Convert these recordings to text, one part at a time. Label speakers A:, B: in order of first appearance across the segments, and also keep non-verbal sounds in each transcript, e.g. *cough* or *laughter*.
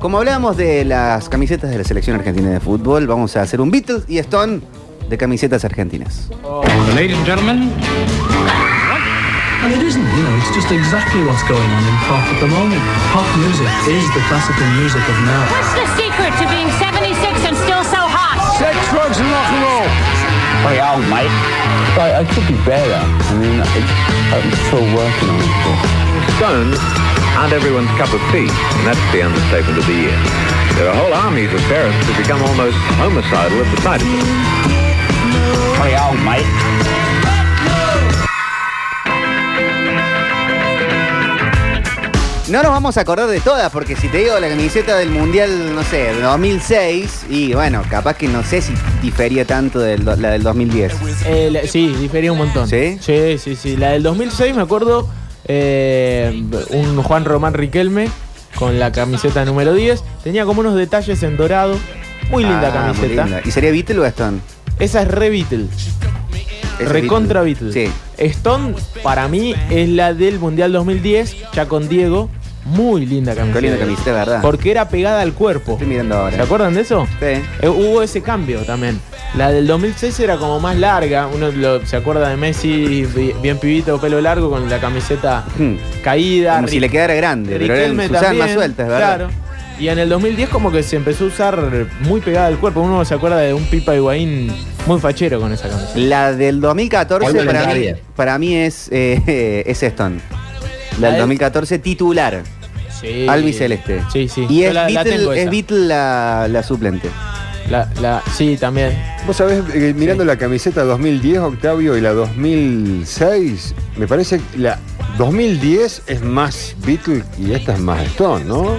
A: Como hablábamos de las camisetas de la selección argentina de fútbol, vamos a hacer un Beatles y Stone de camisetas argentinas.
B: Ladies and gentlemen,
C: And it isn't, you know, it's just exactly what's going on in pop at the moment. Pop music is the classical music of now.
D: What's the secret to being 76 and still so hot?
E: Sex, drugs, and rock and roll.
F: Pretty old, mate.
G: I, I could be better. I mean, I, I'm still working on it.
H: Stones aren't everyone's cup of tea, and that's the understatement of the year. There are whole armies of parents who become almost homicidal at the sight of them.
F: Pretty old, mate.
A: No nos vamos a acordar de todas, porque si te digo la camiseta del Mundial, no sé, de 2006, y bueno, capaz que no sé si difería tanto de lo- la del 2010.
I: Eh, la- sí, difería un montón.
A: ¿Sí?
I: Sí, sí, sí. La del 2006 me acuerdo eh, un Juan Román Riquelme con la camiseta número 10. Tenía como unos detalles en dorado. Muy linda
A: Ah,
I: camiseta.
A: muy linda. ¿Y sería Beatle o Stone?
I: Esa es re Beatle.
A: Esa
I: Recontra Beatle.
A: Sí.
I: Stone, para mí, es la del Mundial 2010, ya con Diego. Muy linda camiseta.
A: Qué linda camiseta, ¿verdad?
I: Porque era pegada al cuerpo.
A: Estoy mirando ahora.
I: ¿Se acuerdan de eso?
A: Sí.
I: Eh, hubo ese cambio también. La del 2006 era como más larga. Uno lo- se acuerda de Messi, bi- bien pibito, pelo largo, con la camiseta
A: Hmm.
I: caída.
A: Como si
I: Ri-
A: le quedara grande, pero eran
I: Riquelme
A: sus armas
I: también,
A: sueltas, ¿verdad?
I: Claro. Y en el 2010 como que se empezó a usar muy pegada al cuerpo. Uno se acuerda de un Pipa Higuaín muy fachero con esa camiseta.
A: La del 2014
G: Hoy
A: para
G: vendrá
A: mí,
G: bien.
A: para mí es, eh, es Stone.
I: La
A: La del
I: del-
A: 2014 titular,
I: Sí.
A: albiceleste.
I: Sí, sí.
A: Y
I: Yo
A: es
I: la- la
A: Beatle,
I: tengo
A: es
I: esa. Ah,
A: Beatle la, la suplente.
I: La- la- sí, también.
J: Vos sabés, eh, mirando la camiseta 2010, Octavio, y la 2006, me parece que la 2010 es más Beatle y esta es más Stone, ¿no?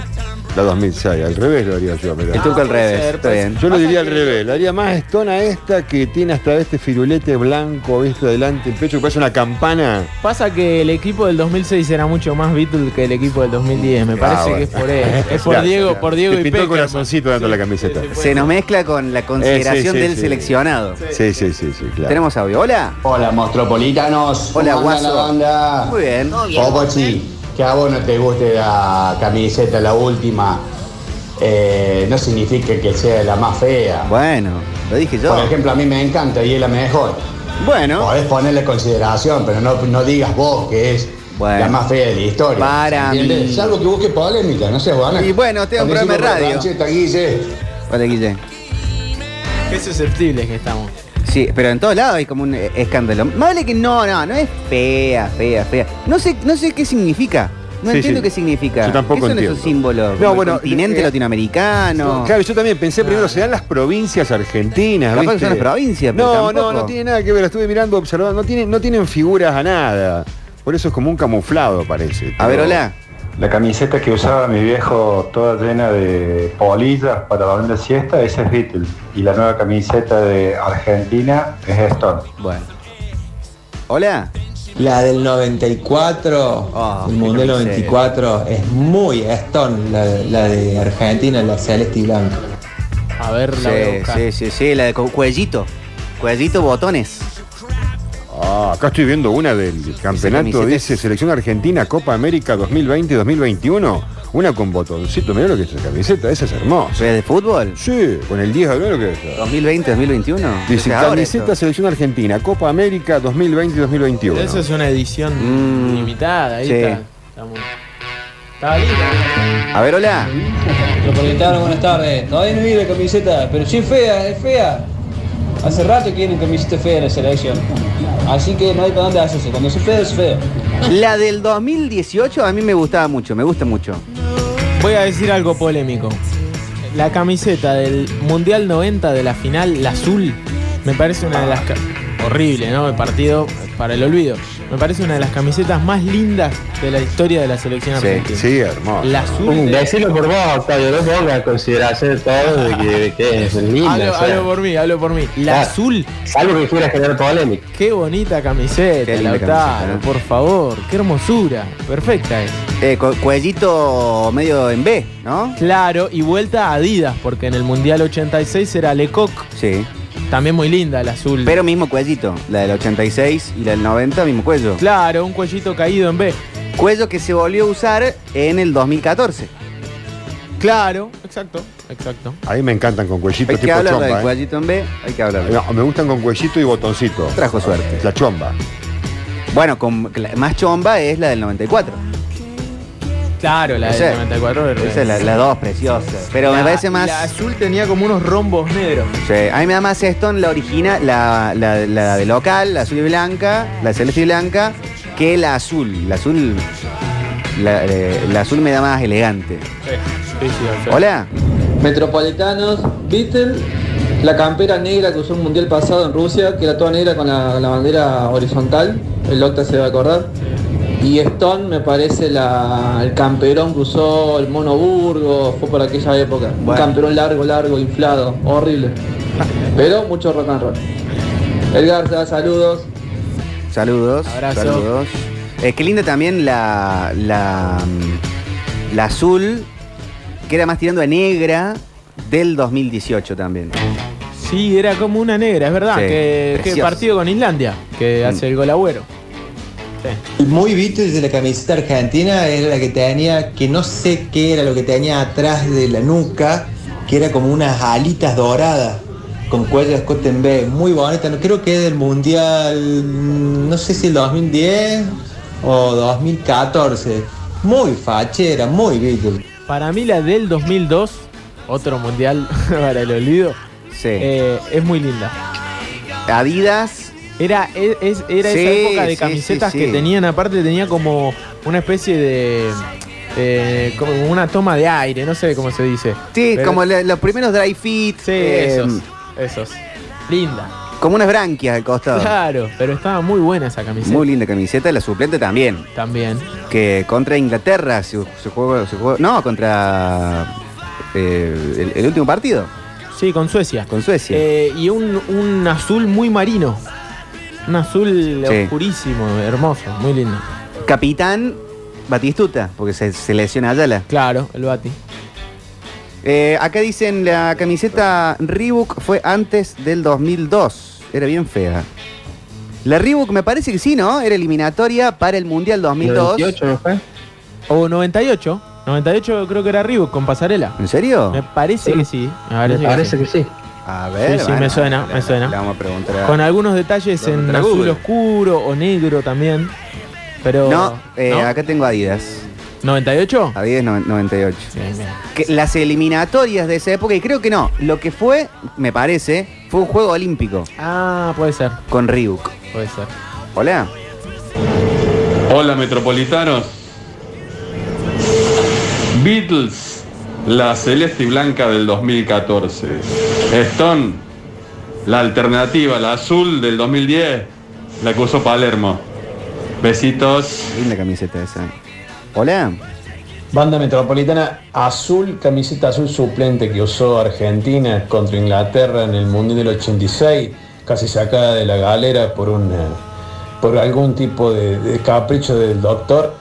J: La 2006, al revés lo haría yo, mirá.
A: El turco al
I: puede
A: revés,
I: ser,
A: está
I: puede
A: bien.
J: Yo lo diría al revés, le haría más Stone a esta que tiene hasta este firulete blanco, visto delante el pecho, que parece una campana.
I: Pasa que el equipo del 2006 era mucho más Beatle que el equipo del 2010.
A: Ah,
I: Me parece
J: bueno.
I: que es por él. Es por
J: Claro,
I: Diego,
J: claro.
I: por Diego
J: Te
I: y
J: pintó el
I: Peckerman.
J: corazoncito dentro de la camiseta.
I: sí, sí,
A: Se nos mezcla con
I: Eh,
A: la consideración
J: sí,
A: del
J: sí.
A: seleccionado.
J: Sí, sí, sí, sí, claro.
A: Tenemos audio. Hola.
G: Hola, Mostropolitanos.
A: Hola,
G: ¿Cómo andan
A: Guaso.
G: la banda?
A: Muy bien.
G: Popochi, que a vos no te guste la camiseta, la última, eh, no significa que sea la más fea.
A: Bueno, lo dije yo.
G: Por ejemplo, a mí me encanta y es la mejor.
A: Bueno,
G: Podés ponerle consideración, pero no, no digas vos que es
A: Bueno.
G: la más fea de la historia.
A: Para
G: ¿Entiendes?
A: mí.
G: Salvo que busque polémica, no seas van
A: Y bueno, tengo un programa de radio. hola Guille.
I: Qué susceptibles que estamos.
A: Sí, pero en todos lados hay como un eh, escándalo. Más vale que no, no, no es fea, fea, fea. No sé, no sé qué significa. No
J: Sí,
A: entiendo
J: sí.
A: qué significa.
J: Yo tampoco
A: ¿Qué son
J: entiendo.
A: esos símbolos?
J: No,
A: Como el
J: bueno,
A: continente
J: eh,
A: latinoamericano.
J: Claro, yo también pensé primero, serán las provincias argentinas.
A: Capaz que
J: ¿viste?
A: son las provincias, pero
J: No,
A: tampoco.
J: no, no tiene nada que ver. Estuve mirando, observando. No tienen, no tienen figuras a nada. Por eso es como un camuflado, parece.
A: A ver, hola.
K: La camiseta que usaba mi viejo toda llena de polillas para dormir la siesta, esa es Beatle. Y la nueva camiseta de Argentina es Stone.
A: Bueno. Hola.
C: La del 94,
A: Ah,
C: el
A: qué
C: Mundial
A: camiseta.
C: 94, es muy Stone, la, la de Argentina, la celeste y blanca.
I: A ver, la voy a
A: Sí,
I: buscar.
A: sí, sí, sí, la de cu- cuellito. Cuellito, botones.
J: Ah, acá estoy viendo una del campeonato.
A: camiseta
J: Dice
A: es-
J: Selección Argentina Copa América 2020-2021. Una con botoncito. Mirá lo que es esa camiseta. Esa es hermosa.
A: ¿Pero ¿Es de fútbol?
J: Sí, con el 10 mirá lo que es.
A: 2020, 2021.
J: Dice
A: Entonces, ahora
J: camiseta
A: esto.
J: Selección Argentina Copa América 2020-2021.
I: Eso es una edición
A: Mm,
I: limitada, ahí
A: sí.
I: está. Estamos- Estaba linda.
A: A ver, hola.
C: Metropolitano, buenas tardes. Todavía no vi la camiseta, pero sí es fea, es fea. Hace rato que vienen camiseta fea de la selección. Así que no hay para dónde hacerse. Cuando es feo, es feo.
A: La del 2018 a mí me gustaba mucho, me gusta mucho.
I: Voy a decir algo polémico. La camiseta del Mundial 90 de la final, la azul, me parece una de las... ca- Horrible, ¿no? El partido para el olvido. Me parece una de las camisetas más lindas de la historia de la selección
A: Sí,
I: argentina.
J: Sí, hermosa.
I: La azul... de-
G: Decirlo por vos, Octavio, no pongas consideración todo de que, es lindo.
I: Hablo, hablo por mí, hablo por mí.
A: Ah.
I: La
G: Claro.
I: azul,
G: Salvo que quieras generar polémica.
I: qué bonita camiseta,
A: Qué linda
I: Lautaro,
A: camiseta, ¿no?
I: por favor, qué hermosura. Perfecta es.
A: Eh, cu- cuellito medio en B, ¿no?
I: Claro, y vuelta a Adidas, porque en el Mundial 86 era Lecoq,
A: Sí.
I: también muy linda la azul.
A: Pero mismo cuellito, la del 86 y la del 90, mismo cuello.
I: Claro, un cuellito caído en B.
A: Cuello que se volvió a usar en el 2014.
I: Claro, exacto, exacto.
J: Ahí me encantan con cuellito
A: Hay que
J: tipo
A: hablar
J: chompa.
A: del
J: ¿eh?
A: cuellito en B, hay que hablar
J: No, me gustan con cuellito y botoncito.
A: Trajo suerte.
J: La chomba.
A: Bueno, con la más chomba es la del 94.
I: Claro, la
A: Esa
I: del
A: es.
I: 94 verde.
A: Esa es la, la dos preciosa. Pero me
I: La-
A: parece más.
I: La azul tenía como unos rombos negros.
A: Sí, a mí me da más Stone la original, la, la- la de local, la azul y blanca, la celeste y blanca, que la azul. La azul. La, eh, la azul me da más elegante. Hola.
C: Metropolitanos, Beatle, la campera negra que usó el mundial pasado en Rusia, que era toda negra con la, la bandera horizontal, el Octa se va a acordar. Y Stone me parece la- el camperón que usó el Monoburgo, fue por aquella época. Un
A: Bueno.
C: camperón largo, largo, inflado, horrible. Pero mucho rock and roll. Edgar, te da saludos.
A: Saludos.
I: Abrazo.
A: Saludos. Eh, qué linda también la, la. mm, La azul, que era más tirando a negra del 2018 también.
I: Sí, era como una negra, es verdad.
A: Sí,
I: que, que
A: precioso. Mm.
I: partido con Islandia, que hace el gol agüero. Sí.
B: Muy Beatles de la camiseta argentina era la que tenía, que no sé qué era lo que tenía atrás de la nuca, que era como unas alitas doradas con cuello de en B, muy bonita, no creo que es del mundial, mm, no sé si el 2010 o 2014, muy fachera, muy Beatles.
I: Para mí la del 2002, otro mundial *laughs* para el olvido,
A: Sí.
I: eh, es muy linda.
A: Adidas.
I: Era, es- es- era
A: Sí,
I: esa época de
A: sí,
I: camisetas
A: sí, sí.
I: que tenían, aparte tenía como una especie de... eh, como una toma de aire, no sé cómo se dice.
A: Sí,
I: Pero-
A: como la- los primeros dry fit.
I: Sí,
A: eh,
I: esos, esos. Linda.
A: Como unas branquias al
I: *laughs*
A: costado.
I: Claro, pero estaba muy buena esa camiseta.
A: Ah. Muy linda camiseta, la suplente también.
I: También.
A: Que contra Inglaterra se, se jugó, se jugó- No, contra eh, el, el último partido,
I: Sí, con Suecia.
A: con Suecia.
I: Eh, y un, un azul muy marino. Un azul
A: Sí.
I: oscurísimo, hermoso, muy lindo.
A: Capitán Batistuta, porque se, se lesiona Ayala.
I: Claro, el Bati.
A: Eh, acá dicen la camiseta Reebok fue antes del 2002. Era bien fea. La Reebok me parece que sí, ¿no? Era eliminatoria para el Mundial 2002.
I: O 98. 98 creo que era Reebok con pasarela.
A: ¿En serio?
I: Me parece que sí. Me parece, que sí.
A: A ver.
I: Sí, sí, me suena, me suena.
A: le vamos a preguntar. a-
I: Con algunos detalles en
A: Contra
I: azul
A: Google.
I: oscuro o negro también. Pero.
A: No, eh,
I: ¿no?
A: acá Ah, tengo Adidas.
I: ¿98?
A: Adidas no- 98.
I: Bien, bien.
A: Que las eliminatorias de esa época, y creo que no, lo que fue, me parece, fue un juego olímpico
I: Ah, puede ser,
A: con Ryuk.
I: puede ser.
A: Hola.
E: Hola metropolitanos. Beatles, la celeste y blanca del 2014. Stone, la alternativa, la azul del 2010, la que usó Palermo. Besitos.
A: Linda camiseta esa. Hola.
G: Banda Metropolitana Azul, camiseta azul suplente que usó Argentina contra Inglaterra en el Mundial del 86, casi sacada de la galera por, una, por algún tipo de, de capricho del doctor,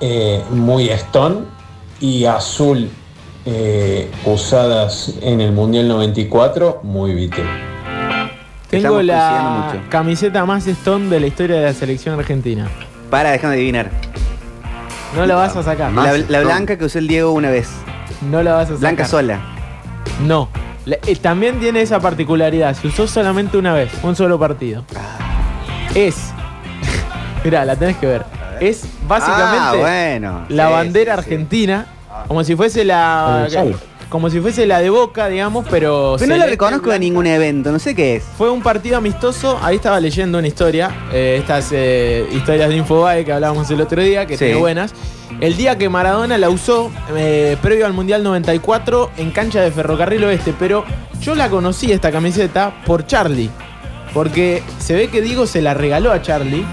G: eh, muy stone, y azul eh, usadas en el Mundial 94, muy Beatle.
A: Te
I: Tengo
A: estamos
I: la
A: cruciando mucho.
I: camiseta más Stone de la historia de la selección argentina.
A: Para, déjame adivinar.
I: No la vas a sacar.
J: Más
A: La, la
J: Stone.
A: blanca que usó el Diego una vez.
I: No la vas a sacar.
A: Blanca sola.
I: No. La- eh, también tiene esa particularidad. Se usó solamente una vez, un solo partido.
A: Ah.
I: Es. *laughs* Mirá, la tenés que ver. Es básicamente
A: Ah, bueno.
I: la
A: Sí,
I: bandera
A: sí, Ah. sí.
I: argentina. Como si fuese la. Como si fuese la de boca, digamos, pero.
A: Pero no la
I: celeste,
A: reconozco de
I: blanca.
A: ningún evento, no sé qué es.
I: Fue un partido amistoso, ahí estaba leyendo una historia, eh, estas eh, historias de Infobae que hablábamos el otro día, que
A: Sí.
I: tiene buenas. El día que Maradona la usó, eh, previo al Mundial 94, en cancha de Ferrocarril Oeste, pero yo la conocí esta camiseta por Charlie, porque se ve que Diego se la regaló a Charlie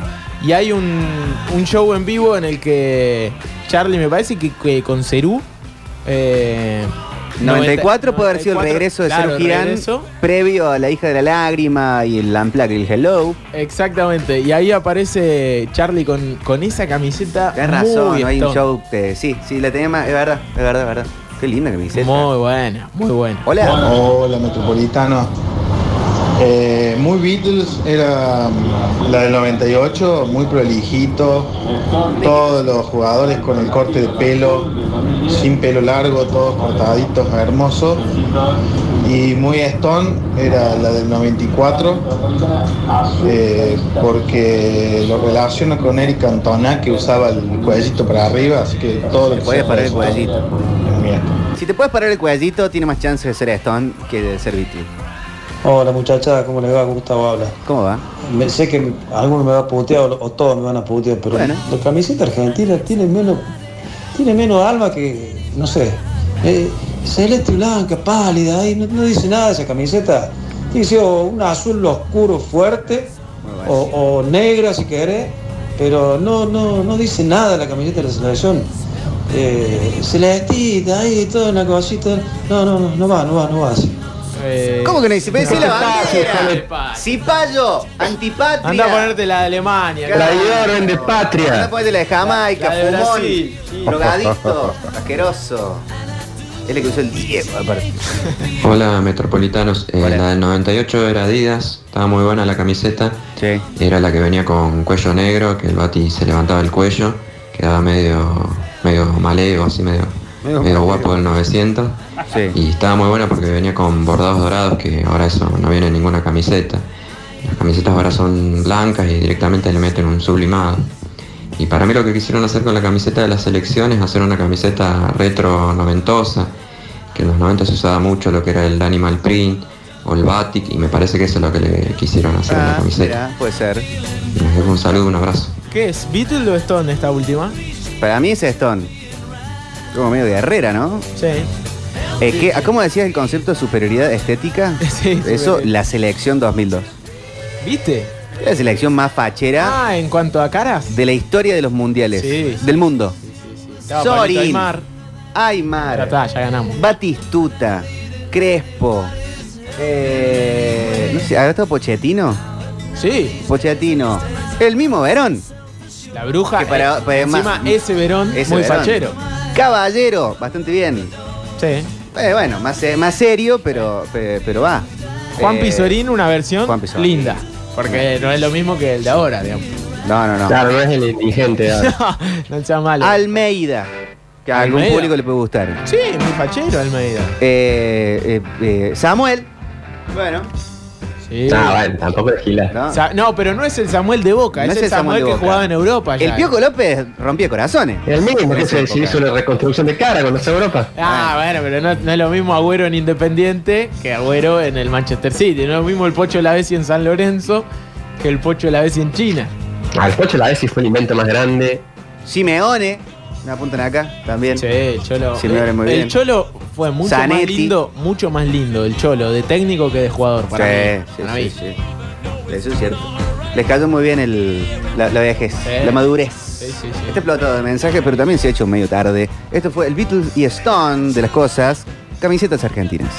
I: y hay un, un show en vivo en el que Charlie, me parece que, que con Cerú... eh,
A: 94 puede haber sido el
I: 94,
A: regreso de
I: claro,
A: Sergio
I: el
A: Girán
I: regreso.
A: previo a La hija de la lágrima y el Unplugged y el Hello.
I: Exactamente, y ahí aparece Charlie con, con esa camiseta.
A: Tienes
I: muy
A: razón, no hay un
I: Stone.
A: show. eh, sí, sí, la tenía más. Es verdad, es verdad, es verdad. Qué linda camiseta.
I: Muy buena, muy buena.
A: Hola.
B: Hola metropolitanos. Eh, muy Beatles era mm, la del 98, muy prolijito, todos los jugadores con el corte de pelo, sin pelo largo, todos cortaditos, hermosos. Y muy Stone era la del 94, eh, porque lo relaciono con Eric Cantona que usaba el cuellito para arriba, así que todo lo que
A: Puedes
B: sea
A: parar el
B: Stone
A: cuellito.
B: es mío.
A: Si te puedes parar el cuellito, tiene más chance de ser Stone que de ser Beatle.
L: Hola muchachada, ¿cómo les va? Gustavo habla.
A: ¿Cómo va?
L: Me, sé que me- alguno me va a putear o, o todos me van a putear, pero la camiseta argentina tiene menos, tiene menos alma que, no sé, eh, celeste y blanca, pálida, ahí no, no dice nada de esa camiseta. Tiene que ser o un azul oscuro fuerte o, o negra si querés, pero no, no, no dice nada la camiseta de la selección. Eh, celestita, ahí todo una cosita. No, no, no, no va, no va, no va así.
I: Eh,
A: ¿Cómo que no dice? Pensé
L: no.
A: la
L: Paso,
A: bandera. Cipayo, antipatria.
I: Anda a ponerte la de Alemania.
A: Traidor,
I: de
A: Anda a ponerte la de Jamaica,
I: La de
A: fumón,
I: Brasil.
A: drogadicto, asqueroso. Es la que usó el Diego, aparte.
C: Hola Metropolitanos, Eh, la del 98 era Adidas, estaba muy buena la camiseta, era la que venía con cuello negro, que el Bati se levantaba el cuello, quedaba medio, medio maleo, así medio, medio,
J: Medio maleo.
C: guapo el 900, y estaba muy buena porque venía con bordados dorados, que ahora eso no viene en ninguna camiseta, las camisetas ahora son blancas y directamente le meten un sublimado. Y para mí lo que quisieron hacer con la camiseta de las selecciones es hacer una camiseta retro noventosa, que en los 90 se usaba mucho lo que era el animal print o el batik y me parece que eso es lo que le quisieron hacer a la camiseta.
A: Ah, Mirá, puede ser.
C: Les dejo un saludo, un abrazo.
I: ¿Qué es? ¿Beatle o Stone esta última?
A: Para mí es Stone. Como medio de Herrera, ¿no?
I: Sí.
A: Eh, ¿qué- ¿Cómo decías el concepto de superioridad
I: *laughs*
A: estética? Eso,
I: superioridad.
A: la selección 2002.
I: ¿Viste?
A: La selección más fachera
I: Ah, en cuanto a caras.
A: de la historia de los mundiales.
I: Sí.
A: Del mundo.
I: Estaba
A: Sorin.
I: Pablito Aymar.
A: Aymar.
I: Ya está, ya ganamos.
A: Batistuta. Crespo. Eh, no sé, ¿habrá estado Pochettino?
I: Sí.
A: Pochettino. El mismo Verón.
I: La bruja.
A: Que para-
I: eh,
A: para-
I: encima,
A: más-
I: ese Verón,
A: Ese
I: muy
A: Verón.
I: fachero.
A: Caballero, bastante bien.
I: Sí.
A: Eh, bueno, más, eh, más serio, pero, pe- pero va.
I: Juan
A: Eh,
I: Pizorín, una versión linda. Porque no es lo mismo que el de ahora, digamos. *laughs*
A: No, no, no.
H: Claro, no es el indigente. ah. *laughs* ahora.
I: no, no sea malo.
A: Almeida. Que a algún
I: Almeida.
A: público le puede gustar.
I: Sí, muy fachero Almeida.
A: Eh, eh, eh, Samuel. Bueno.
I: Sí.
H: Ah, bueno, tampoco es gila.
A: No.
I: Sa- no, pero no es el Samuel de Boca,
A: No
I: es, el Samuel,
A: de
I: que
A: Boca.
I: jugaba en Europa. ya.
A: El Pioco López rompía corazones.
H: El mínimo que
A: Esa
H: se
A: época.
H: hizo la reconstrucción de cara con los Europa.
I: Ah, bueno, pero no, no es lo mismo Agüero en Independiente que Agüero en el Manchester City. No es lo mismo el Pocho Lavesi en San Lorenzo que el Pocho Lavesi en China.
H: Al Pocho la Desi fue el invento más grande.
A: Simeone. Me apuntan acá también.
I: Sí, el Cholo. eh,
A: Simeone muy
I: el
A: bien.
I: Cholo fue mucho más
A: Zanetti.
I: lindo, mucho más lindo el Cholo, de técnico que de jugador para
A: Sí,
I: mí.
A: sí,
I: para
A: sí,
I: mí.
A: sí. Eso es cierto. Les cayó muy bien el, la, la vejez,
I: Sí.
A: la madurez.
I: Sí, sí, sí.
A: Este explotado de mensajes, pero también se ha hecho medio tarde. Esto fue el Beatles y Stone de las cosas, camisetas argentinas.